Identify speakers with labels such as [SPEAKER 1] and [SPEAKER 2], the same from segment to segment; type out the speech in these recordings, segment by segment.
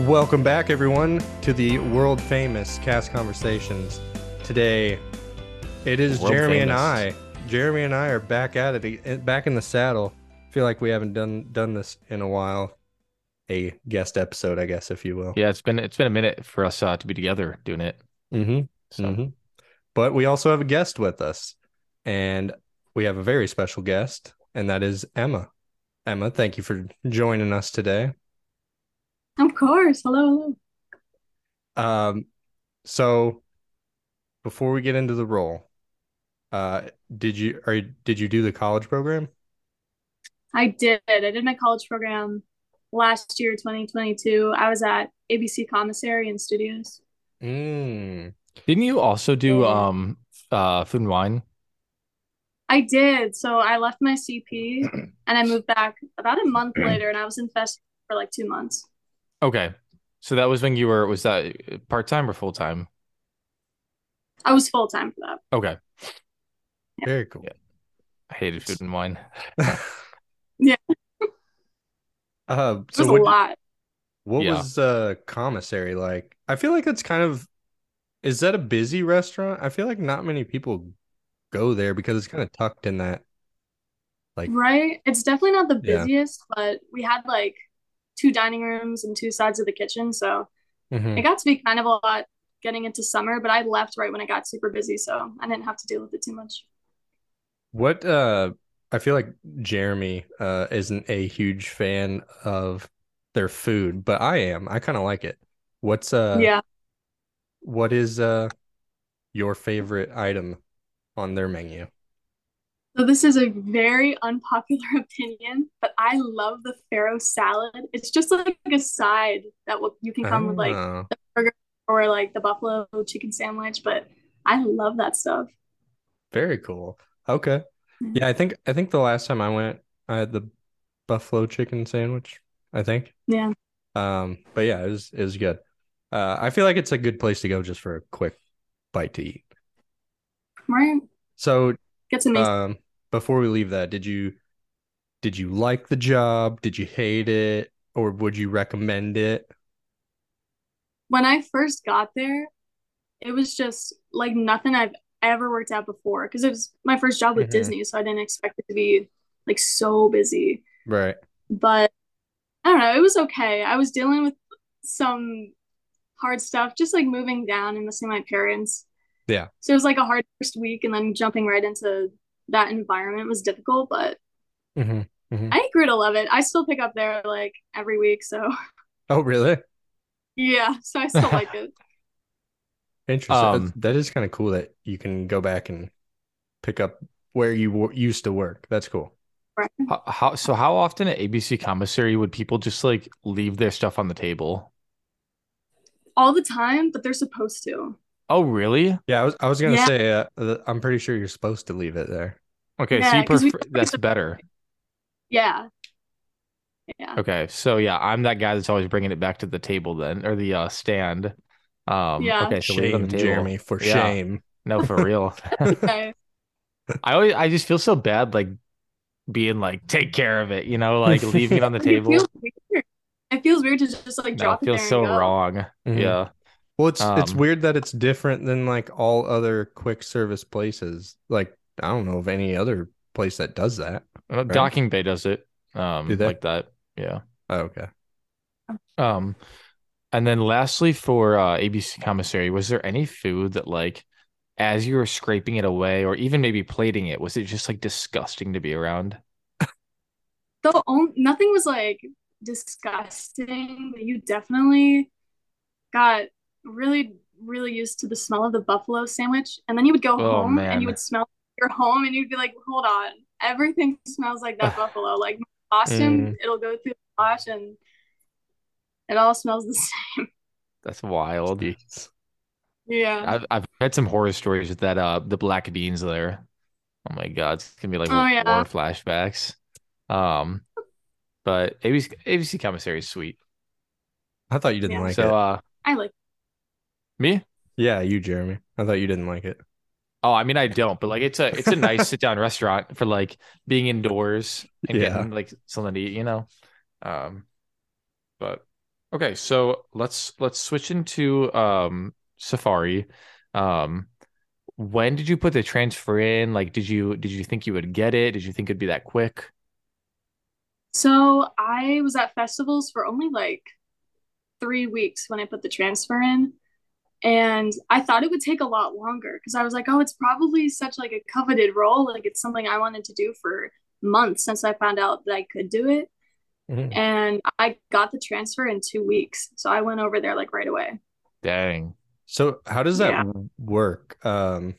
[SPEAKER 1] Welcome back, everyone, to the world famous Cast Conversations. Today, it is
[SPEAKER 2] World
[SPEAKER 1] Jeremy and
[SPEAKER 2] famous.
[SPEAKER 1] I. Jeremy and I are back at it, eh, back in the saddle. Feel like we haven't done done this in a while. A guest episode, I guess, if you will.
[SPEAKER 2] Yeah, it's been it's been a minute for us uh, to be together doing it.
[SPEAKER 1] Mm-hmm.
[SPEAKER 2] So
[SPEAKER 1] hmm But we also have a guest with us, and we have a very special guest, and that is Emma. Emma, thank you for joining us today.
[SPEAKER 3] Of course. Hello, hello.
[SPEAKER 1] Um, so before we get into the role, uh, did you or did you do the college program?
[SPEAKER 3] I did. I did my college program last year, 2022. I was at ABC Commissary and Studios.
[SPEAKER 1] Mm.
[SPEAKER 2] didn't you also do
[SPEAKER 3] Yeah.
[SPEAKER 2] um uh food and wine?
[SPEAKER 3] I did. So I left my CP and I moved back about a month later and I was in fest for like two months.
[SPEAKER 2] Okay, so that was when you were was that part time or full time?
[SPEAKER 3] I was full time for that.
[SPEAKER 2] Okay,
[SPEAKER 1] Very cool.
[SPEAKER 2] I hated food and wine.
[SPEAKER 3] Yeah.
[SPEAKER 1] Uh,
[SPEAKER 3] It
[SPEAKER 1] so
[SPEAKER 3] was a
[SPEAKER 1] what,
[SPEAKER 3] lot.
[SPEAKER 1] what
[SPEAKER 2] Yeah.
[SPEAKER 1] was uh commissary like? I feel like it's kind of is that a busy restaurant? I feel like not many people go there because it's kind of tucked in that like
[SPEAKER 3] Right? It's definitely not the
[SPEAKER 1] Yeah.
[SPEAKER 3] busiest, but we had like two dining rooms and two sides of the kitchen. So
[SPEAKER 1] Mhm.
[SPEAKER 3] it got to be kind of a lot getting into summer, but I left right when it got super busy. So I didn't have to deal with it too much.
[SPEAKER 1] What uh I feel like Jeremy uh isn't a huge fan of their food, but I am. I kind of like it. What's uh
[SPEAKER 3] yeah.
[SPEAKER 1] what is uh your favorite item on their menu?
[SPEAKER 3] So this is a very unpopular opinion, but I love the farro salad. It's just like a side that will, you can come with like
[SPEAKER 1] Oh,
[SPEAKER 3] or like the buffalo chicken sandwich, but I love that stuff.
[SPEAKER 1] very cool. Okay.
[SPEAKER 3] Mhm.
[SPEAKER 1] Yeah, I think I think the last time I went, I had the buffalo chicken sandwich, I think.
[SPEAKER 3] Yeah.
[SPEAKER 1] Um, but yeah, it was it was good. Uh I feel like it's a good place to go just for a quick bite to eat.
[SPEAKER 3] Right?
[SPEAKER 1] So
[SPEAKER 3] Gets amazing.
[SPEAKER 1] um before we leave that did you did you like the job did you hate it or would you recommend it
[SPEAKER 3] when I first got there, it was just like nothing I've ever worked at before because it was my first job with
[SPEAKER 1] Mhm.
[SPEAKER 3] Disney, so I didn't expect it to be like so busy.
[SPEAKER 1] right
[SPEAKER 3] but I don't know, it was okay. I was dealing with some hard stuff, just like moving down and missing my parents.
[SPEAKER 1] Yeah.
[SPEAKER 3] So it was like a hard first week, and then jumping right into that environment was difficult, but
[SPEAKER 1] mm-hmm.
[SPEAKER 3] I grew to love it. I still pick up there like every week, so
[SPEAKER 1] oh really
[SPEAKER 3] yeah, so I still like it.
[SPEAKER 1] interesting
[SPEAKER 2] Um,
[SPEAKER 1] That's- that is kind of cool that you can go back and pick up where you w- used to work that's cool
[SPEAKER 2] How, how so? How often at ABC Commissary would people just like leave their stuff on the table?
[SPEAKER 3] All the time, but they're supposed to.
[SPEAKER 2] Oh, really?
[SPEAKER 1] yeah i was, I was gonna
[SPEAKER 3] Yeah.
[SPEAKER 1] say uh, th- i'm pretty sure you're supposed to leave it there
[SPEAKER 2] Okay, so
[SPEAKER 3] Yeah,
[SPEAKER 2] you
[SPEAKER 3] 'cause we-
[SPEAKER 2] prefer that's better.
[SPEAKER 3] Yeah. Yeah.
[SPEAKER 2] Okay, so yeah, I'm that guy that's always bringing it back to the table then, or the uh, stand. Um,
[SPEAKER 3] Yeah.
[SPEAKER 2] Okay, so leave it on
[SPEAKER 1] shame
[SPEAKER 2] the table.
[SPEAKER 1] jeremy for
[SPEAKER 2] Yeah.
[SPEAKER 1] shame
[SPEAKER 2] No, for real.
[SPEAKER 3] Okay.
[SPEAKER 2] I always, I just feel so bad, like being like, take care of it, you know, like leaving it on the
[SPEAKER 3] It
[SPEAKER 2] table.
[SPEAKER 3] feels weird. It feels weird to just
[SPEAKER 2] No,
[SPEAKER 3] like
[SPEAKER 2] it
[SPEAKER 3] drop it there
[SPEAKER 2] feels
[SPEAKER 3] and
[SPEAKER 2] so
[SPEAKER 3] go.
[SPEAKER 2] wrong.
[SPEAKER 1] Mhm.
[SPEAKER 2] Yeah,
[SPEAKER 1] well it's it's
[SPEAKER 2] Um,
[SPEAKER 1] weird that it's different than like all other quick service places like i don't know of any other place that does that
[SPEAKER 2] Uh, Docking Bay does it, um,
[SPEAKER 1] Do they?
[SPEAKER 2] like that. Yeah.
[SPEAKER 1] oh, okay
[SPEAKER 2] Um, and then lastly, for uh, ABC Commissary, was there any food that like, as you were scraping it away, or even maybe plating it, was it just like disgusting to be around?
[SPEAKER 3] the only nothing was like disgusting but you definitely got really really used to the smell of the buffalo sandwich and then you would go
[SPEAKER 2] Oh,
[SPEAKER 3] home
[SPEAKER 2] man.
[SPEAKER 3] and you would smell your home and you'd be like hold on everything smells like that buffalo like
[SPEAKER 2] Mm.
[SPEAKER 3] Boston it'll go through the wash and it all smells the same
[SPEAKER 2] That's wild.
[SPEAKER 1] Jeez.
[SPEAKER 3] yeah
[SPEAKER 2] I've I've had some horror stories with that uh the black beans there. Oh my god, it's gonna be like
[SPEAKER 3] Oh,
[SPEAKER 2] war
[SPEAKER 3] yeah.
[SPEAKER 2] flashbacks. Um, but ABC ABC commissary is sweet.
[SPEAKER 1] I thought you didn't
[SPEAKER 3] Yeah.
[SPEAKER 1] like
[SPEAKER 2] so
[SPEAKER 1] it.
[SPEAKER 2] uh,
[SPEAKER 3] I like
[SPEAKER 2] me?
[SPEAKER 1] yeah, you, Jeremy. I thought you didn't like it.
[SPEAKER 2] Oh, I mean I don't, but like it's a it's a nice sit down restaurant for like being indoors and
[SPEAKER 1] Yeah.
[SPEAKER 2] getting like something to eat, you know. Um, but Okay, so let's let's switch into um Safari. Um when did you put the transfer in? Like did you did you think you would get it? Did you think it'd be that quick?
[SPEAKER 3] So I was at festivals for only like three weeks when I put the transfer in. And I thought it would take a lot longer because I was like, oh, it's probably such like a coveted role. Like it's something I wanted to do for months since I found out that I could do it.
[SPEAKER 1] Mhm.
[SPEAKER 3] And I got the transfer in two weeks. So I went over there like right away.
[SPEAKER 2] Dang.
[SPEAKER 1] So how does that
[SPEAKER 3] Yeah.
[SPEAKER 1] w- work? Um,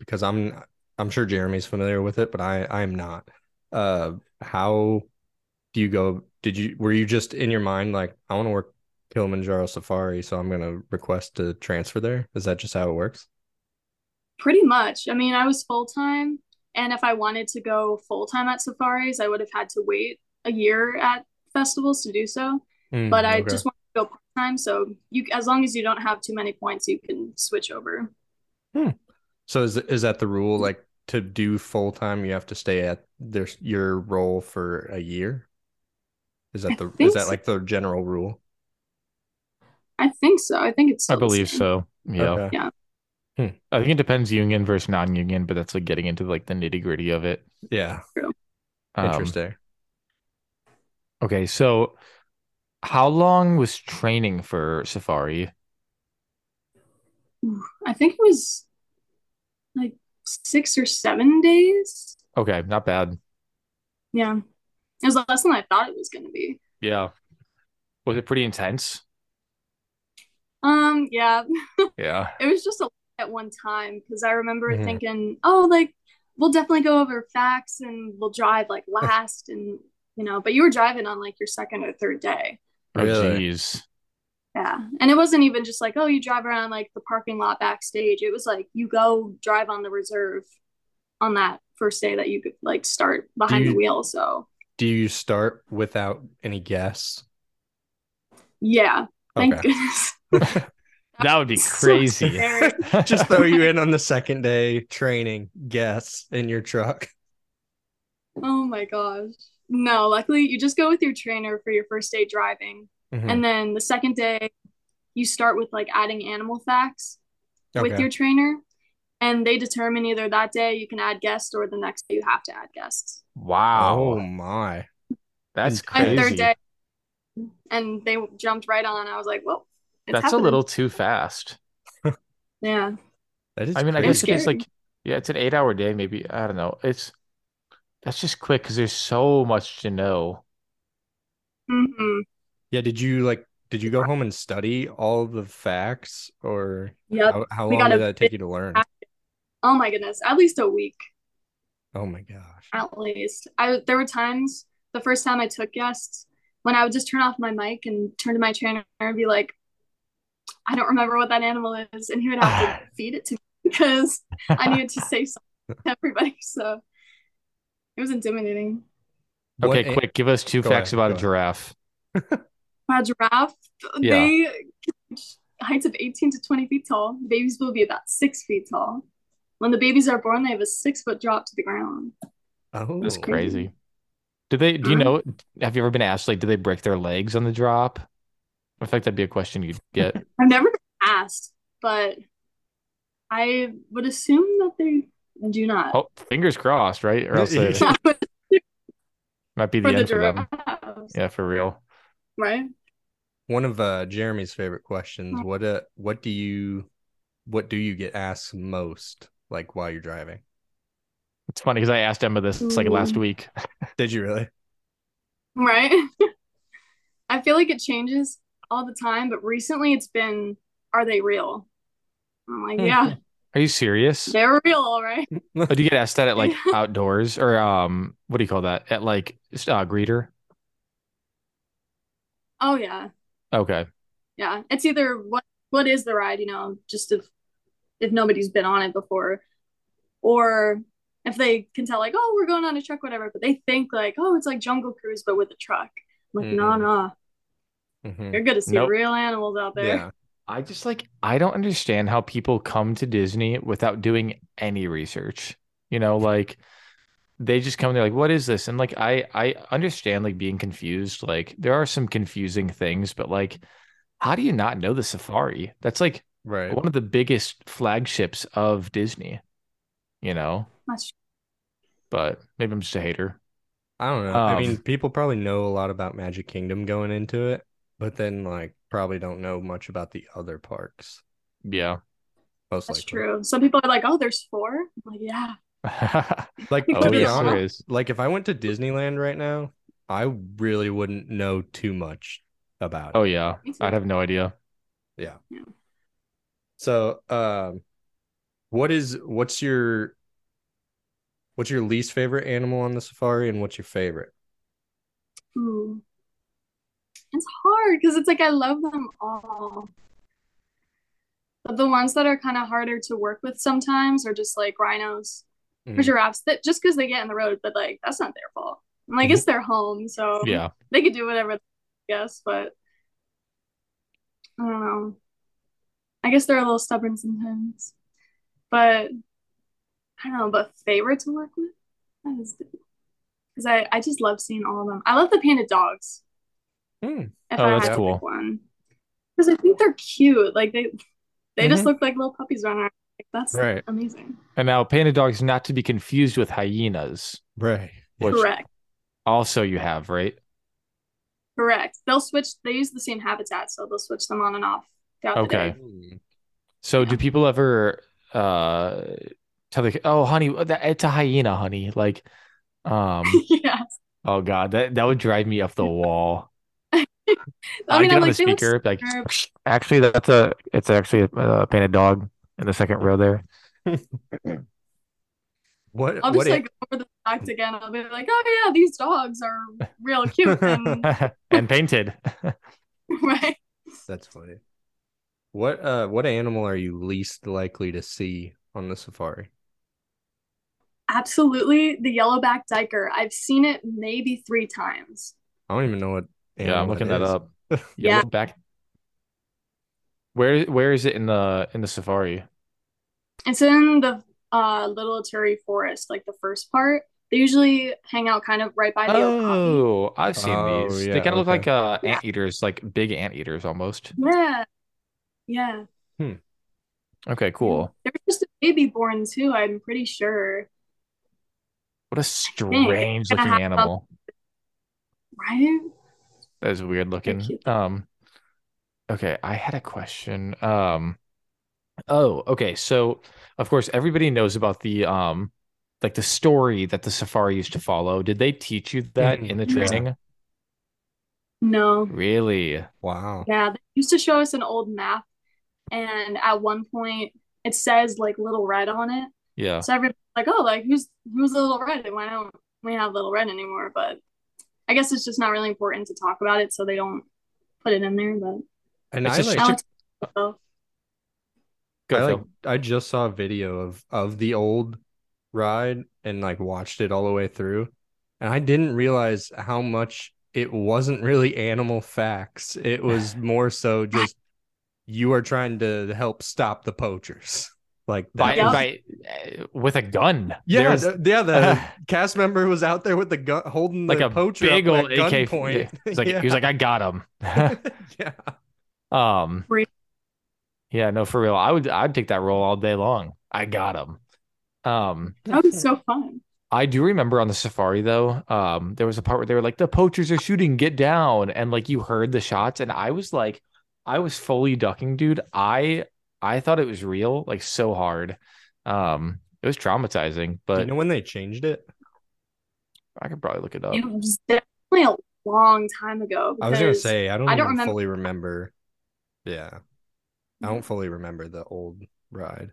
[SPEAKER 1] because I'm I'm sure Jeremy's familiar with it, but I I'm not. Uh, how do you go? Did you were you just in your mind like I want to work Kilimanjaro Safari, so I'm gonna request to transfer there? Is that just how it works?
[SPEAKER 3] Pretty much. I mean, I was full time. And if I wanted to go full time at safaris, I would have had to wait a year at festivals to do so.
[SPEAKER 2] Mm,
[SPEAKER 3] But I just wanted to go part time. So you, as long as you don't have too many points, you can switch over.
[SPEAKER 1] so is is that the rule? Like to do full time, you have to stay at their your role for a year. Is
[SPEAKER 3] I
[SPEAKER 1] that the
[SPEAKER 3] think
[SPEAKER 1] is that
[SPEAKER 3] so.
[SPEAKER 1] like the general rule?
[SPEAKER 3] I think so. I think it's
[SPEAKER 2] I
[SPEAKER 3] still the
[SPEAKER 2] believe
[SPEAKER 3] same.
[SPEAKER 2] so. Yeah.
[SPEAKER 1] Okay.
[SPEAKER 3] Yeah.
[SPEAKER 2] I think it depends union versus non-union, but that's like getting into like the nitty-gritty of it.
[SPEAKER 1] Yeah.
[SPEAKER 2] Um,
[SPEAKER 1] Interesting.
[SPEAKER 2] Okay, so how long was training for Safari?
[SPEAKER 3] I think it was like six or seven days.
[SPEAKER 2] Okay, not bad.
[SPEAKER 3] Yeah. It was less than I thought it was going to be.
[SPEAKER 2] Yeah. Was it pretty intense?
[SPEAKER 3] Um, yeah,
[SPEAKER 2] Yeah.
[SPEAKER 3] it was just a lot at one time because I remember
[SPEAKER 2] Mm-hmm.
[SPEAKER 1] Mhm.
[SPEAKER 3] thinking, oh, like we'll definitely go over facts and we'll drive like last and you know, but you were driving on like your second or third day.
[SPEAKER 2] Oh,
[SPEAKER 1] Really?
[SPEAKER 2] jeez.
[SPEAKER 3] Yeah. And it wasn't even just like, oh, you drive around like the parking lot backstage. It was like you go drive on the reserve on that first day that you could like start behind
[SPEAKER 1] you-
[SPEAKER 3] the wheel. So
[SPEAKER 1] Do you start without any guests?
[SPEAKER 3] yeah, thank
[SPEAKER 1] Okay.
[SPEAKER 3] goodness.
[SPEAKER 2] That would be
[SPEAKER 3] So
[SPEAKER 2] crazy.
[SPEAKER 3] scary.
[SPEAKER 1] Just throw you in on the second day training guests in your truck.
[SPEAKER 3] Oh my gosh. No, luckily you just go with your trainer for your first day driving.
[SPEAKER 1] Mhm.
[SPEAKER 2] Mm-hmm.
[SPEAKER 3] And then the second day, you start with like adding animal facts with
[SPEAKER 1] Okay.
[SPEAKER 3] your trainer. And they determine either that day you can add guests or the next day you have to add guests.
[SPEAKER 1] oh
[SPEAKER 2] Wow.
[SPEAKER 1] my.
[SPEAKER 2] That's
[SPEAKER 3] My
[SPEAKER 2] crazy.
[SPEAKER 3] third day, and they jumped right on. I was like, whoa, it's
[SPEAKER 2] That's
[SPEAKER 3] happening.
[SPEAKER 2] a little too fast.
[SPEAKER 3] Yeah.
[SPEAKER 1] That is
[SPEAKER 2] I mean, I
[SPEAKER 1] crazy.
[SPEAKER 2] guess it is
[SPEAKER 3] scary.
[SPEAKER 2] like, yeah, it's an eight hour day, maybe. I don't know. It's that's just quick because there's so much to know.
[SPEAKER 3] hmm
[SPEAKER 1] Yeah, did you like did you go home and study all the facts or
[SPEAKER 3] Yep.
[SPEAKER 1] how, how
[SPEAKER 3] We
[SPEAKER 1] long
[SPEAKER 3] got
[SPEAKER 1] did
[SPEAKER 3] a
[SPEAKER 1] that take you to learn?
[SPEAKER 3] Oh my goodness. At least a week.
[SPEAKER 1] Oh my gosh.
[SPEAKER 3] at least i there were times the first time i took guests when i would just turn off my mic and turn to my trainer and be like i don't remember what that animal is and he would have to feed it to me because i needed to say something to everybody so it was intimidating
[SPEAKER 1] What
[SPEAKER 2] Okay,
[SPEAKER 1] a-
[SPEAKER 2] quick, give us two
[SPEAKER 1] Go
[SPEAKER 2] facts
[SPEAKER 1] ahead,
[SPEAKER 2] about
[SPEAKER 1] go
[SPEAKER 2] a
[SPEAKER 1] ahead.
[SPEAKER 2] giraffe.
[SPEAKER 3] my giraffe
[SPEAKER 2] Yeah.
[SPEAKER 3] they reach heights of 18 to 20 feet tall babies will be about six feet tall when the babies are born they have a six foot drop to the ground
[SPEAKER 1] Oh
[SPEAKER 2] That's
[SPEAKER 3] crazy.
[SPEAKER 2] crazy. Do they, do you
[SPEAKER 3] Mhm.
[SPEAKER 2] know, have you ever been asked, like, do they break their legs on the drop? I feel like that'd be a question you'd get.
[SPEAKER 3] I've never been asked, but I would assume that they do not.
[SPEAKER 2] Oh, fingers crossed, right? Or else it
[SPEAKER 1] Yeah.
[SPEAKER 3] for
[SPEAKER 2] might be the
[SPEAKER 3] the
[SPEAKER 2] end for them.
[SPEAKER 3] giraffes,
[SPEAKER 2] Yeah, for real.
[SPEAKER 3] right?
[SPEAKER 1] One of uh Jeremy's favorite questions. What uh what do you what do you get asked most like while you're driving?
[SPEAKER 2] It's funny because I asked Emma this like last
[SPEAKER 3] Ooh.
[SPEAKER 2] week.
[SPEAKER 1] Did you really?
[SPEAKER 3] Right? I feel like it changes all the time, but recently it's been, are they real? I'm like,
[SPEAKER 1] Hmm.
[SPEAKER 3] yeah,
[SPEAKER 2] Are you serious?
[SPEAKER 3] they're real, all right.
[SPEAKER 2] Oh, do you get asked that at like outdoors or um, what do you call that? At like uh, greeter?
[SPEAKER 3] Oh yeah,
[SPEAKER 2] Okay.
[SPEAKER 3] yeah. It's either what what is the ride, you know, just if if nobody's been on it before, or if they can tell like, oh, we're going on a truck, whatever, but they think like, oh, it's like Jungle Cruise but with a truck. I'm like, no,
[SPEAKER 1] Mhm.
[SPEAKER 3] no,
[SPEAKER 1] Mhm.
[SPEAKER 3] You're gonna see
[SPEAKER 2] Mm-hmm. Nope.
[SPEAKER 3] real animals out there.
[SPEAKER 1] Yeah.
[SPEAKER 2] I just like I don't understand how people come to Disney without doing any research. You know, like they just come they're like what is this? And like I I understand like being confused. Like there are some confusing things, but like How do you not know the safari? That's like
[SPEAKER 1] Right.
[SPEAKER 2] one of the biggest flagships of Disney, you know?
[SPEAKER 3] That's
[SPEAKER 2] But maybe I'm just a hater.
[SPEAKER 1] I don't know. I
[SPEAKER 2] Um,
[SPEAKER 1] mean, people probably know a lot about Magic Kingdom going into it, but then like probably don't know much about the other parks.
[SPEAKER 2] Yeah.
[SPEAKER 1] Most
[SPEAKER 3] that's
[SPEAKER 1] likely.
[SPEAKER 3] true. Some people are like, "Oh, there's four? I'm like, "Yeah."
[SPEAKER 1] Like
[SPEAKER 3] Oh,
[SPEAKER 1] to be
[SPEAKER 3] yes,
[SPEAKER 1] honest,
[SPEAKER 2] there is.
[SPEAKER 1] like if I went to Disneyland right now, I really wouldn't know too much about it.
[SPEAKER 2] Oh yeah.
[SPEAKER 3] Me too.
[SPEAKER 2] I'd have no idea.
[SPEAKER 1] So, um, what is what's your what's your least favorite animal on the safari, and what's your favorite?
[SPEAKER 3] Ooh. It's hard because it's like I love them all. But the ones that are kind of harder to work with sometimes are just like rhinos or
[SPEAKER 1] Mhm.
[SPEAKER 3] giraffes that just because they get in the road, but like that's not their fault. And like
[SPEAKER 1] Mhm.
[SPEAKER 3] it's their home, so
[SPEAKER 2] Yeah.
[SPEAKER 3] they could do whatever they guess, but I don't know. I guess they're a little stubborn sometimes. But I don't know, but favorite to work with? That is because I, I just love seeing all of them. I love the panda dogs.
[SPEAKER 1] Hmm.
[SPEAKER 3] If
[SPEAKER 2] Oh,
[SPEAKER 3] I
[SPEAKER 2] that's
[SPEAKER 3] had to
[SPEAKER 2] cool.
[SPEAKER 3] pick one. Because I think they're cute. Like they they just
[SPEAKER 2] Mm-hmm.
[SPEAKER 1] Mhm.
[SPEAKER 3] look like little puppies running around. Like, that's
[SPEAKER 1] Right.
[SPEAKER 3] amazing.
[SPEAKER 2] And now panda dogs not to be confused with hyenas,
[SPEAKER 1] Right.
[SPEAKER 2] which
[SPEAKER 3] Correct.
[SPEAKER 2] also you have, right?
[SPEAKER 3] Correct. They'll switch they use the same habitat, so they'll switch them on and off throughout the
[SPEAKER 2] Okay.
[SPEAKER 3] day.
[SPEAKER 1] Hmm.
[SPEAKER 2] So
[SPEAKER 3] Yeah.
[SPEAKER 2] do people ever uh tell the oh honey, that it's a hyena, honey. Like um
[SPEAKER 3] yeah.
[SPEAKER 2] oh god, that that would drive me up the wall.
[SPEAKER 3] I mean,
[SPEAKER 2] get on
[SPEAKER 3] I'm
[SPEAKER 2] the
[SPEAKER 3] like, they look
[SPEAKER 2] speaker, like
[SPEAKER 3] superb.
[SPEAKER 2] actually that's a it's actually a, a painted dog in the second row there.
[SPEAKER 1] What
[SPEAKER 3] I'll
[SPEAKER 1] what
[SPEAKER 3] just like go over the fact again. I'll be like, oh yeah, these dogs are real cute, and,
[SPEAKER 2] and painted.
[SPEAKER 3] right?
[SPEAKER 1] That's funny. What uh what animal are you least likely to see on the safari?
[SPEAKER 3] Absolutely, the yellowback diker. I've seen it maybe three times.
[SPEAKER 1] I don't even know what
[SPEAKER 2] Yeah, I'm
[SPEAKER 1] animal
[SPEAKER 2] looking
[SPEAKER 1] it
[SPEAKER 2] that
[SPEAKER 1] is.
[SPEAKER 2] up.
[SPEAKER 3] Yeah.
[SPEAKER 2] Yellow back. Where where is it in the in the safari?
[SPEAKER 3] It's in the uh, Little Turi Forest, like the first part. They usually hang out kind of right by the Okapi.
[SPEAKER 2] Oh, I've seen
[SPEAKER 1] Oh,
[SPEAKER 2] these.
[SPEAKER 1] yeah,
[SPEAKER 2] they kind of look
[SPEAKER 1] okay.
[SPEAKER 2] like uh
[SPEAKER 3] Yeah.
[SPEAKER 2] anteaters, like big anteaters almost.
[SPEAKER 3] Yeah, yeah.
[SPEAKER 2] Okay, cool.
[SPEAKER 3] There was just a baby born too. I'm pretty sure,
[SPEAKER 2] What a strange
[SPEAKER 3] And I
[SPEAKER 2] looking
[SPEAKER 3] have-
[SPEAKER 2] animal.
[SPEAKER 3] right?
[SPEAKER 2] That is weird looking.
[SPEAKER 3] cute.
[SPEAKER 2] Um, okay, I had a question. Um, oh, okay. So, of course, everybody knows about the um, like the story that the safari used to follow. Did they teach you that
[SPEAKER 1] Hmm.
[SPEAKER 2] in the
[SPEAKER 3] Mhm. Yeah.
[SPEAKER 2] training?
[SPEAKER 3] No.
[SPEAKER 2] Really?
[SPEAKER 1] Wow.
[SPEAKER 3] Yeah, they used to show us an old map, and at one point it says like Little Red on it.
[SPEAKER 2] Yeah.
[SPEAKER 3] So everybody's like, oh, like who's who's Little Red? And why don't we have Little Red anymore? But I guess it's just not really important to talk about it, so they don't put it in there. But
[SPEAKER 1] And
[SPEAKER 2] It's
[SPEAKER 1] I
[SPEAKER 2] just
[SPEAKER 1] like,
[SPEAKER 2] such
[SPEAKER 3] Alex, oh,
[SPEAKER 2] Go,
[SPEAKER 1] I
[SPEAKER 2] Phil.
[SPEAKER 1] like I just saw a video of of the old ride and like watched it all the way through. And I didn't realize how much it wasn't really animal facts. It was more so just you are trying to help stop the poachers. Like
[SPEAKER 2] by
[SPEAKER 1] that was-
[SPEAKER 2] by uh, with a gun.
[SPEAKER 1] yeah,
[SPEAKER 2] There's-
[SPEAKER 1] the- yeah, the cast member was out there with the gun holding
[SPEAKER 2] like
[SPEAKER 1] the
[SPEAKER 2] a
[SPEAKER 1] poacher
[SPEAKER 2] big
[SPEAKER 1] up
[SPEAKER 2] old
[SPEAKER 1] at
[SPEAKER 2] AK.
[SPEAKER 1] gunpoint.
[SPEAKER 2] He's like,
[SPEAKER 1] yeah.
[SPEAKER 2] he was like, I got him.
[SPEAKER 1] yeah.
[SPEAKER 2] Um,
[SPEAKER 3] Re-
[SPEAKER 2] yeah, no, for real. I would, I'd take that role all day long. I got him. Um,
[SPEAKER 3] that was so fun.
[SPEAKER 2] I do remember on the safari though, um, there was a part where they were like, the poachers are shooting, get down. And like you heard the shots, and I was like, I was fully ducking, dude. I I thought it was real, like so hard. Um, it was traumatizing,
[SPEAKER 1] Do
[SPEAKER 2] but
[SPEAKER 1] you know when they changed it?
[SPEAKER 2] I could probably look it up.
[SPEAKER 3] It was definitely a long time ago.
[SPEAKER 1] Oh. I was gonna
[SPEAKER 3] because-
[SPEAKER 1] say I don't
[SPEAKER 3] I don't
[SPEAKER 1] even
[SPEAKER 3] remember-
[SPEAKER 1] fully remember. Yeah, I don't fully remember the old ride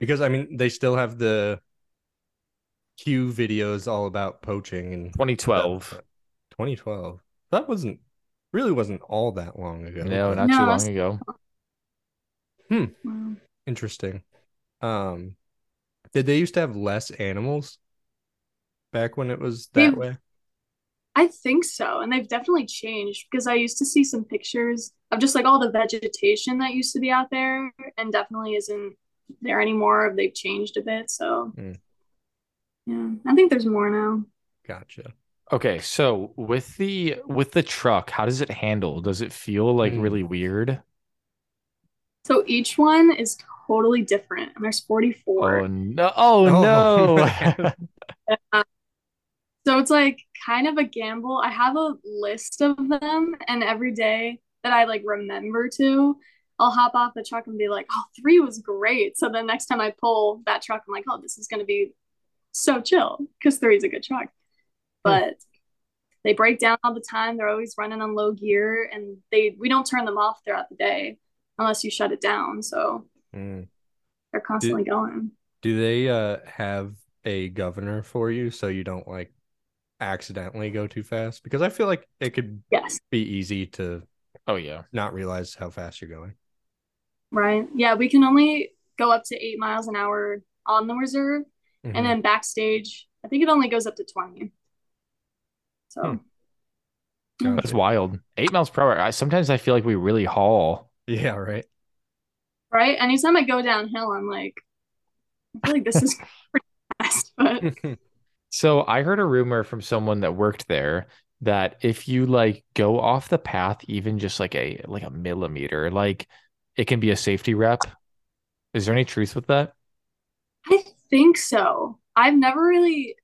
[SPEAKER 1] because I mean they still have the Q videos all about poaching and
[SPEAKER 2] 2012.
[SPEAKER 1] 2012. That wasn't really wasn't all that long ago.
[SPEAKER 2] No,
[SPEAKER 1] but
[SPEAKER 2] not
[SPEAKER 3] No,
[SPEAKER 2] too long
[SPEAKER 3] that's-
[SPEAKER 2] ago.
[SPEAKER 3] Wow.
[SPEAKER 1] interesting. Um, did they used to have less animals back when it was
[SPEAKER 3] They-
[SPEAKER 1] that way?
[SPEAKER 3] I think so. And they've definitely changed because I used to see some pictures of just like all the vegetation that used to be out there and definitely isn't there anymore. They've changed a bit. So,
[SPEAKER 1] Mm.
[SPEAKER 3] yeah, I think there's more now.
[SPEAKER 1] Gotcha.
[SPEAKER 2] Okay, so with the with the truck, how does it handle? Does it feel like
[SPEAKER 1] Mm.
[SPEAKER 2] really weird?
[SPEAKER 3] So each one is totally different, and there's 44.
[SPEAKER 2] Oh no! Oh,
[SPEAKER 1] Oh.
[SPEAKER 2] no!
[SPEAKER 3] So it's like kind of a gamble. I have a list of them, and every day that I like remember to, I'll hop off the truck and be like, oh, three was great. So then next time I pull that truck, I'm like, oh, this is going to be so chill because three is a good truck. But they break down all the time. They're always running on low gear, and they we don't turn them off throughout the day unless you shut it down. So
[SPEAKER 1] Mm.
[SPEAKER 3] they're constantly going.
[SPEAKER 1] Do they uh have a governor for you so you don't like accidentally go too fast? Because I feel like it could
[SPEAKER 3] Yes.
[SPEAKER 1] be easy to
[SPEAKER 2] oh yeah.
[SPEAKER 1] not realize how fast you're going.
[SPEAKER 3] Right. Yeah, we can only go up to eight miles an hour on the reserve.
[SPEAKER 1] Mhm.
[SPEAKER 3] And then backstage, I think it only goes up to 20. So
[SPEAKER 2] Hmm.
[SPEAKER 3] then-
[SPEAKER 2] That's
[SPEAKER 1] Gotcha.
[SPEAKER 2] wild. Eight miles per hour. I, sometimes I feel like we really haul.
[SPEAKER 1] Yeah, right.
[SPEAKER 3] right? Anytime I go downhill, I'm like, I feel like this is pretty fast, but
[SPEAKER 2] So I heard a rumor from someone that worked there that if you like go off the path even just like a like a millimeter, like it can be a safety rep. Is there any truth with that?
[SPEAKER 3] I think so. I've never really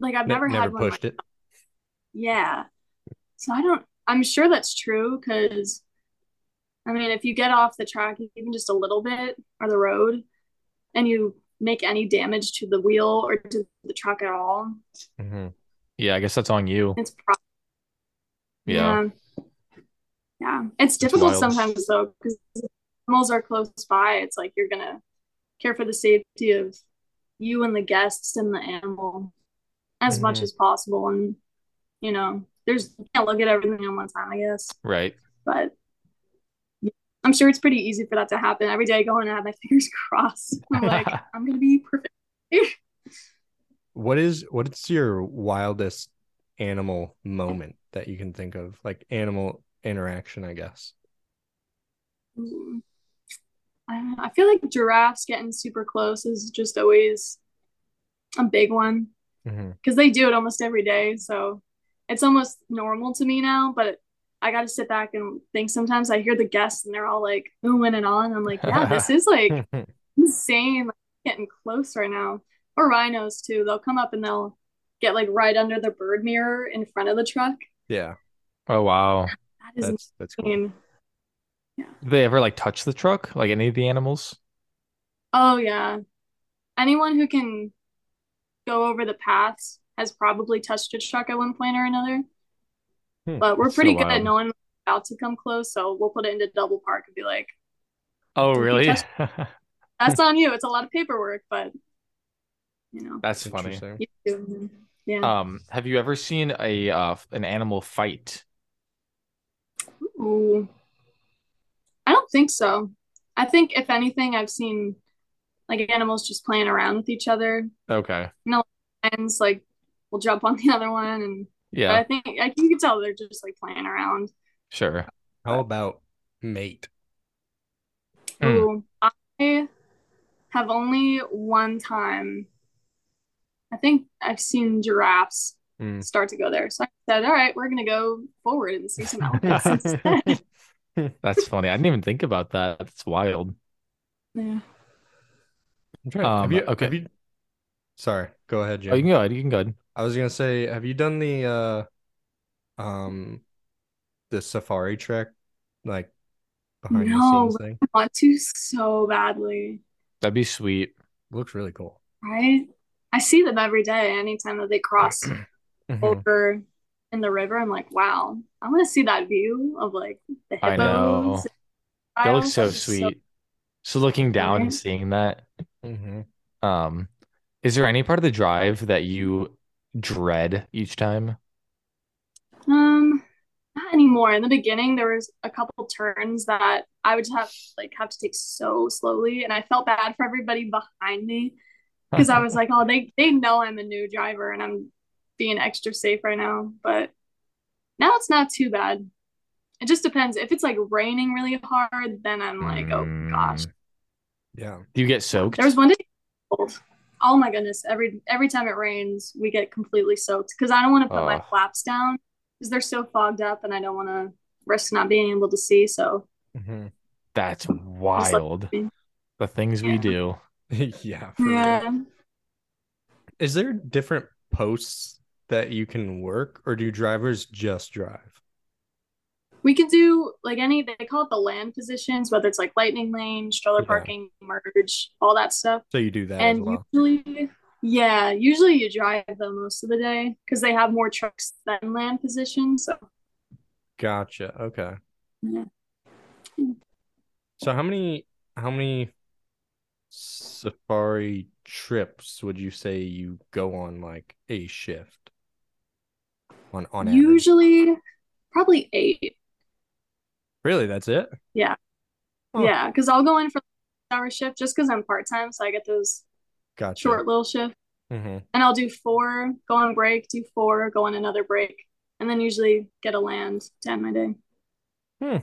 [SPEAKER 3] like I've
[SPEAKER 1] Ne-
[SPEAKER 3] never had one like
[SPEAKER 1] pushed it.
[SPEAKER 3] Yeah. So I don't, I'm sure that's true because, I mean, if you get off the track even just a little bit or the road and you make any damage to the wheel or to the truck at all,
[SPEAKER 1] Mhm.
[SPEAKER 2] Yeah, I guess that's on you.
[SPEAKER 3] it's probably,
[SPEAKER 2] Yeah.
[SPEAKER 3] yeah. Yeah. It's
[SPEAKER 2] That's
[SPEAKER 3] difficult
[SPEAKER 2] wild.
[SPEAKER 3] sometimes though because animals are close by. It's like you're going to care for the safety of you and the guests and the animal as much
[SPEAKER 2] Mm-hmm.
[SPEAKER 1] Mhm.
[SPEAKER 3] as possible. And, you know, there's, you can't look at everything at one time, I guess.
[SPEAKER 2] Right.
[SPEAKER 3] but I'm sure it's pretty easy for that to happen. Every day I go in and I have my fingers crossed. I'm like, I'm gonna be perfect.
[SPEAKER 1] What is what's your wildest animal moment that you can think of? Like animal interaction, I guess.
[SPEAKER 3] Mm. I don't know. I feel like giraffes getting super close is just always a big one
[SPEAKER 1] Mhm.
[SPEAKER 3] because they do it almost every day. So it's almost normal to me now, but I got to sit back and think sometimes I hear the guests and they're all like oohing and on. I'm like, yeah, this is like insane like, getting close right now or rhinos too they'll come up and they'll get like right under the bird mirror in front of the truck
[SPEAKER 1] yeah,
[SPEAKER 2] Oh wow.
[SPEAKER 3] that is
[SPEAKER 1] that's that's cool.
[SPEAKER 3] insane
[SPEAKER 2] Do they ever like touch the truck? Like any of the animals?
[SPEAKER 3] oh yeah anyone who can go over the paths has probably touched a truck at one point or another
[SPEAKER 1] Hmm,
[SPEAKER 3] but we're
[SPEAKER 2] that's so
[SPEAKER 3] pretty good
[SPEAKER 2] wild.
[SPEAKER 3] at knowing when we're about to come close so we'll put it into double park and be like
[SPEAKER 2] Oh
[SPEAKER 3] Did you
[SPEAKER 2] really?
[SPEAKER 3] touch- that's on you it's a lot of paperwork but you know
[SPEAKER 2] That's funny.
[SPEAKER 1] Interesting.
[SPEAKER 3] you do. yeah
[SPEAKER 2] Um, have you ever seen a uh an animal fight?
[SPEAKER 3] Ooh. I don't think so. I think if anything, I've seen like animals just playing around with each other.
[SPEAKER 2] Okay.
[SPEAKER 3] Lions like will jump on the other one, and but
[SPEAKER 2] Yeah,
[SPEAKER 3] I think I you can tell they're just like playing around.
[SPEAKER 2] sure.
[SPEAKER 1] How about mate?
[SPEAKER 2] Hmm.
[SPEAKER 3] Ooh, I have only one time. I think I've seen giraffes
[SPEAKER 2] Hmm.
[SPEAKER 1] Mm.
[SPEAKER 3] start to go there, so I said, "All right, we're gonna go forward and see some elephants instead."
[SPEAKER 2] That's funny. I didn't even think about that. That's wild.
[SPEAKER 3] Yeah.
[SPEAKER 1] I'm trying.
[SPEAKER 2] Um,
[SPEAKER 1] have you,
[SPEAKER 2] okay.
[SPEAKER 1] Have you, sorry, go ahead,
[SPEAKER 2] Oh,
[SPEAKER 1] Jim.
[SPEAKER 2] you can go ahead. You can go ahead.
[SPEAKER 1] I was gonna say, have you done the uh, um, the safari trek, like behind
[SPEAKER 3] No.
[SPEAKER 1] the scenes thing?
[SPEAKER 3] I want to so badly.
[SPEAKER 2] That'd be sweet.
[SPEAKER 1] Looks really cool.
[SPEAKER 3] Right? I see them every day. Anytime that they cross Oh.
[SPEAKER 1] Mhm.
[SPEAKER 3] over in the river, I'm like, wow, I want to see that view of like the
[SPEAKER 2] I
[SPEAKER 3] hippos.
[SPEAKER 2] know.
[SPEAKER 3] and
[SPEAKER 2] That looks
[SPEAKER 3] whales.
[SPEAKER 2] so
[SPEAKER 3] That's just
[SPEAKER 2] sweet. So looking down and
[SPEAKER 3] Right.
[SPEAKER 2] seeing that,
[SPEAKER 1] Mhm.
[SPEAKER 2] um, is there any part of the drive that you dread each time?
[SPEAKER 3] um, not anymore. In the beginning, there was a couple turns that I would just have like have to take so slowly, and I felt bad for everybody behind me because I was like, oh, they they know I'm a new driver and I'm being extra safe right now. But now it's not too bad. It just depends. If it's like raining really hard, then I'm like, oh gosh.
[SPEAKER 2] Mm.
[SPEAKER 1] Yeah.
[SPEAKER 2] Do you get soaked?
[SPEAKER 3] There was one day. oh my goodness, every every time it rains, we get completely soaked because I don't want to put my
[SPEAKER 2] Ugh.
[SPEAKER 3] flaps down because they're so fogged up, and I don't want to risk not being able to see. So
[SPEAKER 2] Mm-hmm. That's wild.
[SPEAKER 3] me.
[SPEAKER 2] The things we
[SPEAKER 3] Yeah.
[SPEAKER 2] do.
[SPEAKER 1] yeah. for real.
[SPEAKER 3] yeah,
[SPEAKER 1] Is there different posts that you can work, or do drivers just drive?
[SPEAKER 3] we could do like any they call it the land positions, whether it's like lightning lane, stroller
[SPEAKER 1] Yeah.
[SPEAKER 3] parking, merge, all that stuff.
[SPEAKER 1] So you do that as
[SPEAKER 3] and
[SPEAKER 1] well.
[SPEAKER 3] usually yeah usually you drive them most of the day because they have more trucks than land positions so
[SPEAKER 1] Gotcha. Okay.
[SPEAKER 3] Yeah.
[SPEAKER 1] So how many how many safari trips would you say you go on like a shift? On on average?
[SPEAKER 3] usually probably eight
[SPEAKER 1] Really, that's it? Huh.
[SPEAKER 3] yeah because i'll go in for hour shift just because i'm part-time so i get those
[SPEAKER 1] Gotcha.
[SPEAKER 3] short little shifts
[SPEAKER 1] hmm
[SPEAKER 3] and i'll do four go on break do four go on another break and then usually get a land to end my day
[SPEAKER 1] Hmm.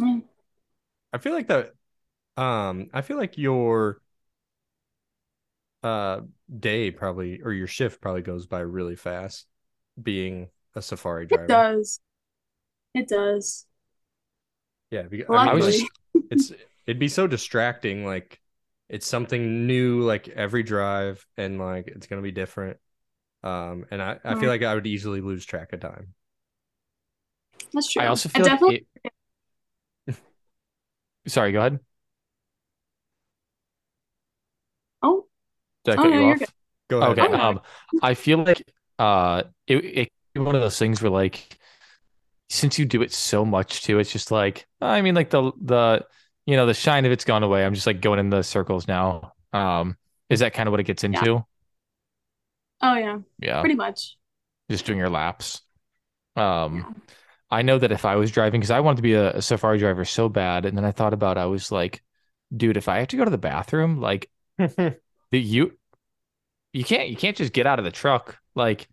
[SPEAKER 3] Yeah.
[SPEAKER 1] I feel like that um I feel like your uh day probably or your shift probably goes by really fast being a safari
[SPEAKER 3] it
[SPEAKER 1] driver.
[SPEAKER 3] does it does
[SPEAKER 1] Yeah, because,
[SPEAKER 2] I was
[SPEAKER 3] Luckily.
[SPEAKER 2] just
[SPEAKER 1] it's it'd be so distracting like it's something new like every drive and like it's gonna be different um and i, I feel
[SPEAKER 3] Right.
[SPEAKER 1] like i would easily lose track of time
[SPEAKER 3] that's true
[SPEAKER 2] I also feel like
[SPEAKER 3] definitely
[SPEAKER 2] it- Sorry, go ahead.
[SPEAKER 3] oh
[SPEAKER 2] Did I
[SPEAKER 3] Oh,
[SPEAKER 2] cut
[SPEAKER 3] no,
[SPEAKER 2] you
[SPEAKER 3] you're
[SPEAKER 2] off?
[SPEAKER 3] good.
[SPEAKER 1] go ahead
[SPEAKER 2] Okay.
[SPEAKER 3] Oh, no.
[SPEAKER 2] Um, I feel like uh, it it could be one of those things where like, since you do it so much too, it's just like I mean, like the the you know the shine of it's gone away. I'm just like going in the circles now. Um, is that kind of what it gets into?
[SPEAKER 3] oh yeah
[SPEAKER 2] Yeah,
[SPEAKER 3] pretty much
[SPEAKER 2] just doing your laps. Um,
[SPEAKER 3] Yeah.
[SPEAKER 2] I know that if I was driving, because I wanted to be a, a safari driver so bad, and then I thought about, I was like, dude, if I have to go to the bathroom, like the you you can't you can't just get out of the truck like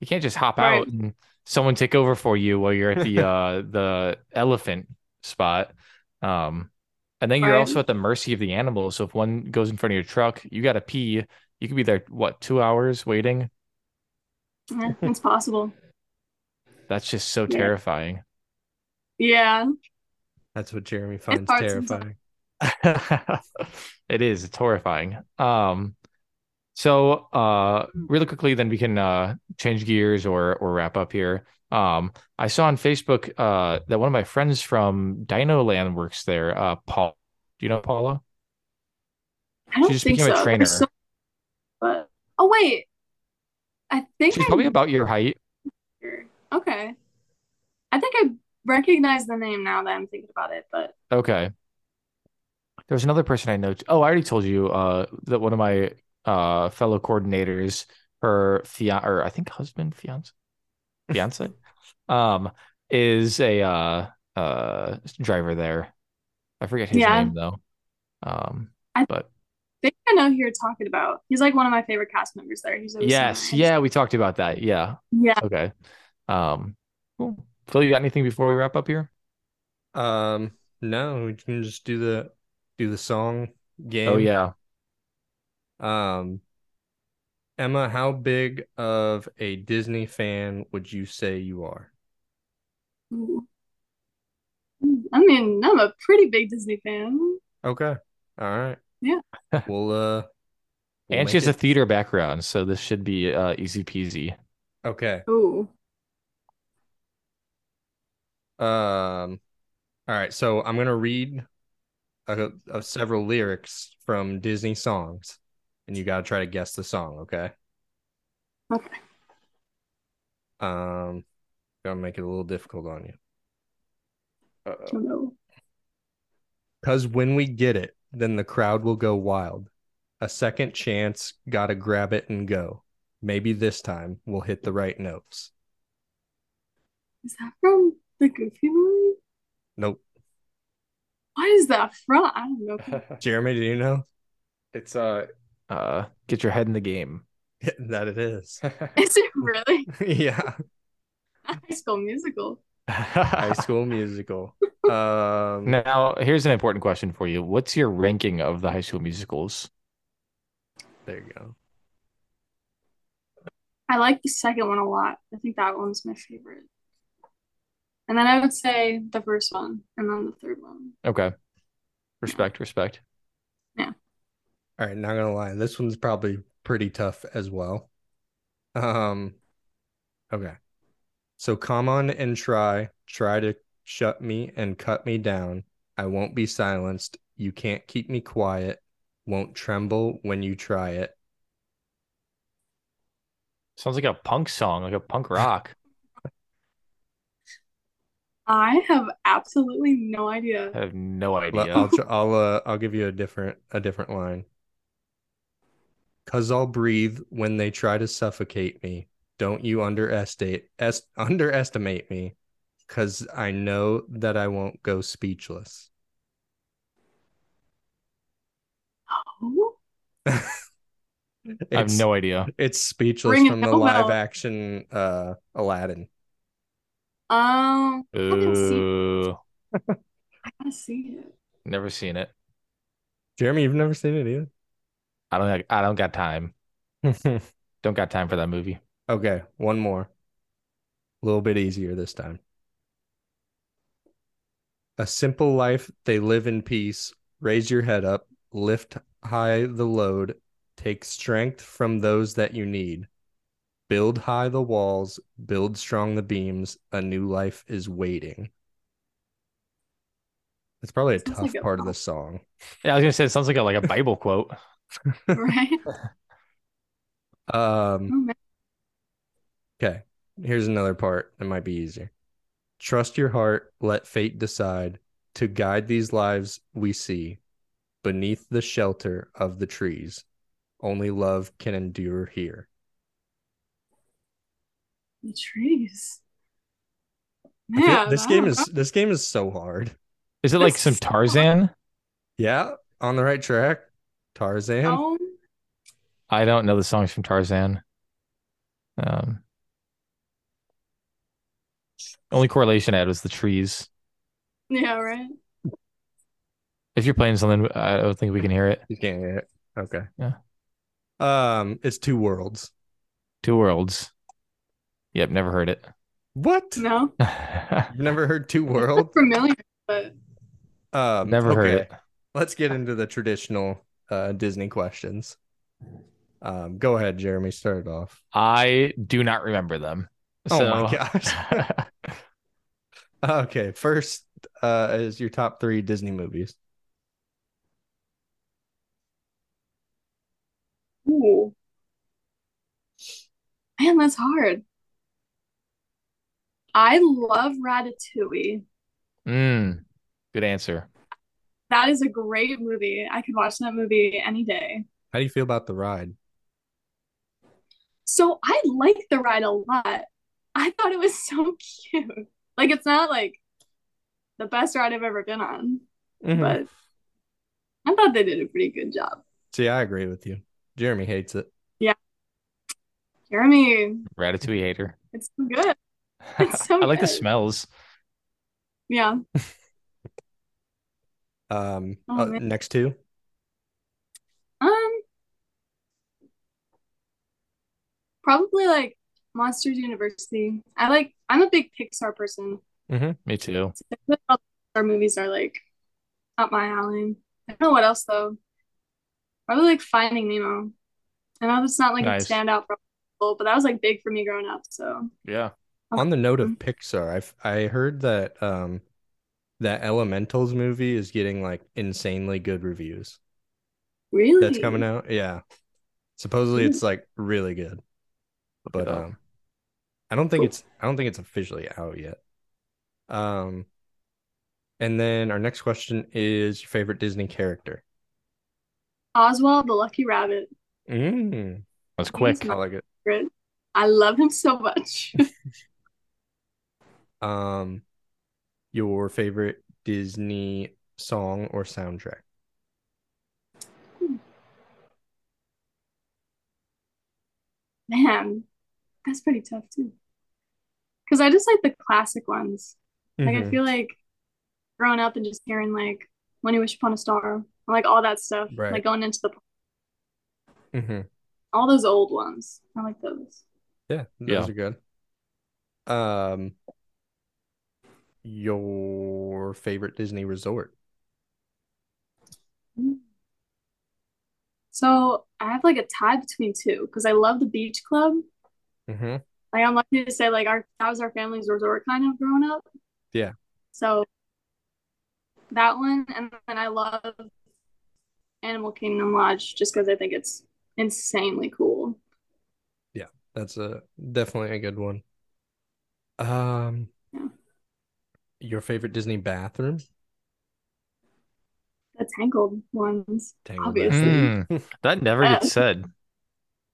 [SPEAKER 2] you can't just hop
[SPEAKER 3] Right.
[SPEAKER 2] out and someone take over for you while you're at the uh the elephant spot um and then you're
[SPEAKER 3] Right.
[SPEAKER 2] also at the mercy of the animals so if one goes in front of your truck you got to pee you could be there what 2 hours waiting
[SPEAKER 3] yeah, it's possible
[SPEAKER 2] that's just so
[SPEAKER 3] Yeah.
[SPEAKER 2] terrifying
[SPEAKER 3] yeah
[SPEAKER 1] that's what jeremy finds
[SPEAKER 3] hard sometimes.
[SPEAKER 1] terrifying
[SPEAKER 2] it is it's horrifying um so uh really quickly then we can uh change gears or or wrap up here um i saw on facebook uh that one of my friends from dino land works there uh paul do you know paula
[SPEAKER 3] I don't
[SPEAKER 2] just
[SPEAKER 3] think
[SPEAKER 2] became a
[SPEAKER 3] so.
[SPEAKER 2] trainer.
[SPEAKER 3] There's so- but oh wait, I think
[SPEAKER 2] she's
[SPEAKER 3] I
[SPEAKER 2] probably about your height
[SPEAKER 3] okay. I think I recognize the name now that I'm thinking about it, but
[SPEAKER 2] okay there's another person i know t- oh i already told you uh that one of my uh fellow coordinators her fian or i think husband fiance fiance um is a uh uh driver there i forget his
[SPEAKER 3] Yeah.
[SPEAKER 2] name though um
[SPEAKER 3] I think I know who you're talking about. He's like one of my favorite cast members there. He's always so
[SPEAKER 2] yes
[SPEAKER 3] nice.
[SPEAKER 2] yeah we talked about that yeah
[SPEAKER 3] yeah.
[SPEAKER 2] okay um cool phil you got anything before we wrap up here
[SPEAKER 1] um no we can just do the do the song game
[SPEAKER 2] oh yeah
[SPEAKER 1] um emma how big of a disney fan would you say you are
[SPEAKER 3] Ooh. I mean, I'm a pretty big Disney fan.
[SPEAKER 1] okay all right
[SPEAKER 3] Yeah.
[SPEAKER 1] we'll uh we'll
[SPEAKER 2] and she
[SPEAKER 1] make
[SPEAKER 2] has a
[SPEAKER 1] it-
[SPEAKER 2] theater background so this should be uh easy peasy
[SPEAKER 1] okay
[SPEAKER 3] Ooh,
[SPEAKER 1] Um, all right, so I'm gonna read a, a several lyrics from Disney songs, and you gotta try to guess the song, okay?
[SPEAKER 3] Okay.
[SPEAKER 1] Um, gonna make it a little difficult on you.
[SPEAKER 3] I don't know.
[SPEAKER 1] Cause when we get it, then the crowd will go wild. A second chance, gotta grab it and go. Maybe this time we'll hit the right notes.
[SPEAKER 3] Is that from the Goofy movie?
[SPEAKER 1] Nope.
[SPEAKER 3] What is that from? I don't know.
[SPEAKER 1] Jeremy, do you know
[SPEAKER 2] it's uh uh get your head in the game
[SPEAKER 1] that it is?
[SPEAKER 3] Is it really
[SPEAKER 1] yeah.
[SPEAKER 3] High School Musical?
[SPEAKER 1] High School Musical. Um,
[SPEAKER 2] Now, here's an important question for you. What's your ranking of the High School Musicals?
[SPEAKER 1] There you go.
[SPEAKER 3] I like the second one a lot. I think that one's my favorite. And then I would say the first one and then the third one.
[SPEAKER 2] Okay. Respect, respect.
[SPEAKER 1] All right, not gonna lie, this one's probably pretty tough as well. Um, okay. So come on and try, try to shut me and cut me down. I won't be silenced. You can't keep me quiet. Won't tremble when you try it.
[SPEAKER 2] Sounds like a punk song, like a punk rock.
[SPEAKER 3] I have absolutely no idea.
[SPEAKER 2] I have no
[SPEAKER 1] Well,
[SPEAKER 2] idea.
[SPEAKER 1] I'll tr- I'll uh, I'll give you a different a different line. Cause I'll breathe when they try to suffocate me. Don't you underestimate est- underestimate me, cause I know that I won't go speechless.
[SPEAKER 3] Oh,
[SPEAKER 2] I have
[SPEAKER 1] It's-
[SPEAKER 2] no idea.
[SPEAKER 1] It's speechless
[SPEAKER 3] Ring a
[SPEAKER 1] from the
[SPEAKER 3] doorbell.
[SPEAKER 1] live action uh Aladdin.
[SPEAKER 3] um, haven't seen-
[SPEAKER 2] Ooh,
[SPEAKER 3] I gotta see it.
[SPEAKER 2] never seen it.
[SPEAKER 1] Jeremy, you've never seen it
[SPEAKER 2] I don't. Like, I don't got time.
[SPEAKER 1] either.
[SPEAKER 2] Don't got time for that movie.
[SPEAKER 1] okay, one more. A little bit easier this time. A simple life they live in peace. Raise your head up, lift high the load, take strength from those that you need. Build high the walls, build strong the beams. A new life is waiting. That's probably a
[SPEAKER 3] Sounds
[SPEAKER 1] tough
[SPEAKER 3] like a
[SPEAKER 1] part of
[SPEAKER 3] pop.
[SPEAKER 1] the song.
[SPEAKER 2] Yeah, I was gonna say it sounds like a, like a Bible quote.
[SPEAKER 3] Right?
[SPEAKER 1] Um,
[SPEAKER 3] Oh, man.
[SPEAKER 1] Okay. Here's another part that might be easier. Trust your heart, let fate decide to guide these lives we see beneath the shelter of the trees. Only love can endure here.
[SPEAKER 3] The trees.
[SPEAKER 1] I feel-
[SPEAKER 3] Man,
[SPEAKER 1] this
[SPEAKER 3] I
[SPEAKER 1] game
[SPEAKER 3] don't
[SPEAKER 1] is this game is so hard.
[SPEAKER 2] Is it like
[SPEAKER 3] This
[SPEAKER 2] some
[SPEAKER 3] is-
[SPEAKER 2] Tarzan?
[SPEAKER 1] Yeah, on the right track. Tarzan.
[SPEAKER 3] know. Oh,
[SPEAKER 2] I don't know the songs from Tarzan. Um, only correlation I had was the trees.
[SPEAKER 3] yeah, right.
[SPEAKER 2] If you're playing something, I don't think we can hear it.
[SPEAKER 1] You can't hear it. Okay.
[SPEAKER 2] Yeah.
[SPEAKER 1] Um, it's two worlds.
[SPEAKER 2] Two worlds. Yep, never heard it.
[SPEAKER 1] What?
[SPEAKER 3] No,
[SPEAKER 1] You've never heard two worlds?
[SPEAKER 3] familiar, but
[SPEAKER 1] Um
[SPEAKER 2] never heard
[SPEAKER 1] okay.
[SPEAKER 2] it.
[SPEAKER 1] let's get into the traditional uh, Disney questions. Um, go ahead, Jeremy. Start it off.
[SPEAKER 2] I do not remember them.
[SPEAKER 1] Oh
[SPEAKER 2] so,
[SPEAKER 1] my gosh. okay, first uh, is your top three Disney movies.
[SPEAKER 3] ooh. Man, that's hard. I love Ratatouille.
[SPEAKER 2] Mm, good answer.
[SPEAKER 3] That is a great movie. I could watch that movie any day.
[SPEAKER 1] How do you feel about the ride?
[SPEAKER 3] So I like the ride a lot. I thought it was so cute. Like it's not like the best ride I've ever been on,
[SPEAKER 2] Mm-hmm.
[SPEAKER 3] but I thought they did a pretty good job.
[SPEAKER 1] See, I agree with you. Jeremy hates it.
[SPEAKER 3] Jeremy,
[SPEAKER 2] Ratatouille hater.
[SPEAKER 3] it's so good. It's so
[SPEAKER 2] I like the
[SPEAKER 3] good.
[SPEAKER 2] smells.
[SPEAKER 3] Yeah.
[SPEAKER 1] Um,
[SPEAKER 3] Oh,
[SPEAKER 1] uh,
[SPEAKER 3] man.
[SPEAKER 1] next two.
[SPEAKER 3] Um probably like Monsters University. I like I'm a big Pixar person.
[SPEAKER 1] Mm-hmm.
[SPEAKER 2] Me too.
[SPEAKER 3] So Pixar movies are like up my alley. I don't know what else though. Probably like Finding Nemo. I know that's not like
[SPEAKER 2] Nice.
[SPEAKER 3] a standout for people, but that was like big for me growing up. So
[SPEAKER 2] Yeah.
[SPEAKER 3] Oh,
[SPEAKER 1] On the note of
[SPEAKER 3] mm-hmm.
[SPEAKER 1] Pixar, I've I heard that um, that Elementals movie is getting like insanely good reviews.
[SPEAKER 3] really, Mm-hmm.
[SPEAKER 1] That's coming out. Yeah, supposedly it's like really good.
[SPEAKER 2] it
[SPEAKER 1] but
[SPEAKER 2] up.
[SPEAKER 1] um I don't think
[SPEAKER 3] Cool.
[SPEAKER 1] it's I don't think it's officially out yet. Um and then our next question is your favorite Disney character.
[SPEAKER 3] Oswald the Lucky Rabbit.
[SPEAKER 1] Mm,
[SPEAKER 2] That's
[SPEAKER 3] Thanks,
[SPEAKER 2] quick.
[SPEAKER 1] I like it.
[SPEAKER 3] I love him so much.
[SPEAKER 1] Um your favorite Disney song or soundtrack.
[SPEAKER 3] Man, that's pretty tough too. Because I just like the classic ones. Like I
[SPEAKER 1] Mhm.
[SPEAKER 3] feel like growing up and just hearing like "When You Wish Upon a Star" and like all that stuff,
[SPEAKER 1] Right.
[SPEAKER 3] like going into the
[SPEAKER 1] Mhm.
[SPEAKER 3] All those old ones. I like those.
[SPEAKER 1] Yeah, those
[SPEAKER 2] Yeah.
[SPEAKER 1] are good. Um, your favorite Disney resort?
[SPEAKER 3] So I have like a tie between two because I love the beach club.
[SPEAKER 1] Mm-hmm.
[SPEAKER 3] Like I'm lucky to say like our that was our family's resort kind of growing up.
[SPEAKER 1] Yeah.
[SPEAKER 3] So that one and then I love Animal Kingdom Lodge just because I think it's insanely cool.
[SPEAKER 1] That's a definitely a good one. Um,
[SPEAKER 3] Yeah.
[SPEAKER 1] your favorite Disney bathroom?
[SPEAKER 3] The Tangled ones.
[SPEAKER 1] Tangled
[SPEAKER 3] Obviously.
[SPEAKER 1] bathroom.
[SPEAKER 2] Hmm. That never
[SPEAKER 3] Um,
[SPEAKER 2] gets said.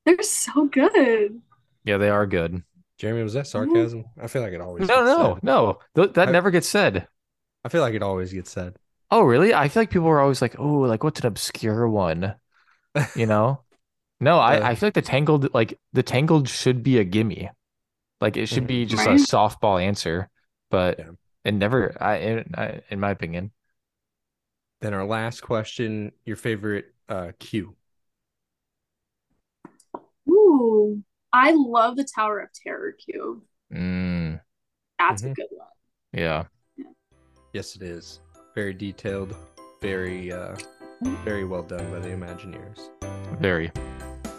[SPEAKER 3] They're so good.
[SPEAKER 2] Yeah, they are good.
[SPEAKER 1] Jeremy, was that
[SPEAKER 3] Mm-hmm.
[SPEAKER 1] sarcasm? I feel like it always.
[SPEAKER 2] No,
[SPEAKER 1] gets
[SPEAKER 2] no,
[SPEAKER 1] said.
[SPEAKER 2] no. Th- that
[SPEAKER 1] I-
[SPEAKER 2] never gets said.
[SPEAKER 1] I feel like it always gets said.
[SPEAKER 2] Oh, really? I feel like people were always like, "Oh, like what's an obscure one?" You know? No,
[SPEAKER 1] Yeah.
[SPEAKER 2] I, I feel like the Tangled, like the Tangled, should be a gimme. Like it should
[SPEAKER 1] Mhm.
[SPEAKER 2] be just a
[SPEAKER 3] Right?
[SPEAKER 2] softball answer, but
[SPEAKER 1] Yeah.
[SPEAKER 2] it never. I, in I, in my opinion,
[SPEAKER 1] Then our last question: Your favorite uh queue?
[SPEAKER 3] Ooh. I love the Tower of Terror cube.
[SPEAKER 2] mm,
[SPEAKER 3] That's a
[SPEAKER 1] Mhm.
[SPEAKER 3] good one.
[SPEAKER 2] yeah,
[SPEAKER 1] Yes, it is. Very detailed. Very, uh very well done by the Imagineers.
[SPEAKER 2] very.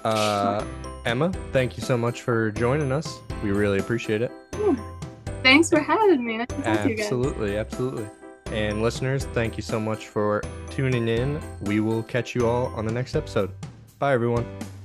[SPEAKER 1] Uh, Emma, thank you so much for joining us. We really appreciate it.
[SPEAKER 3] Thanks for having me. Nice to talk to you guys.
[SPEAKER 1] Absolutely, absolutely. And listeners, thank you so much for tuning in. We will catch you all on the next episode. Bye, everyone.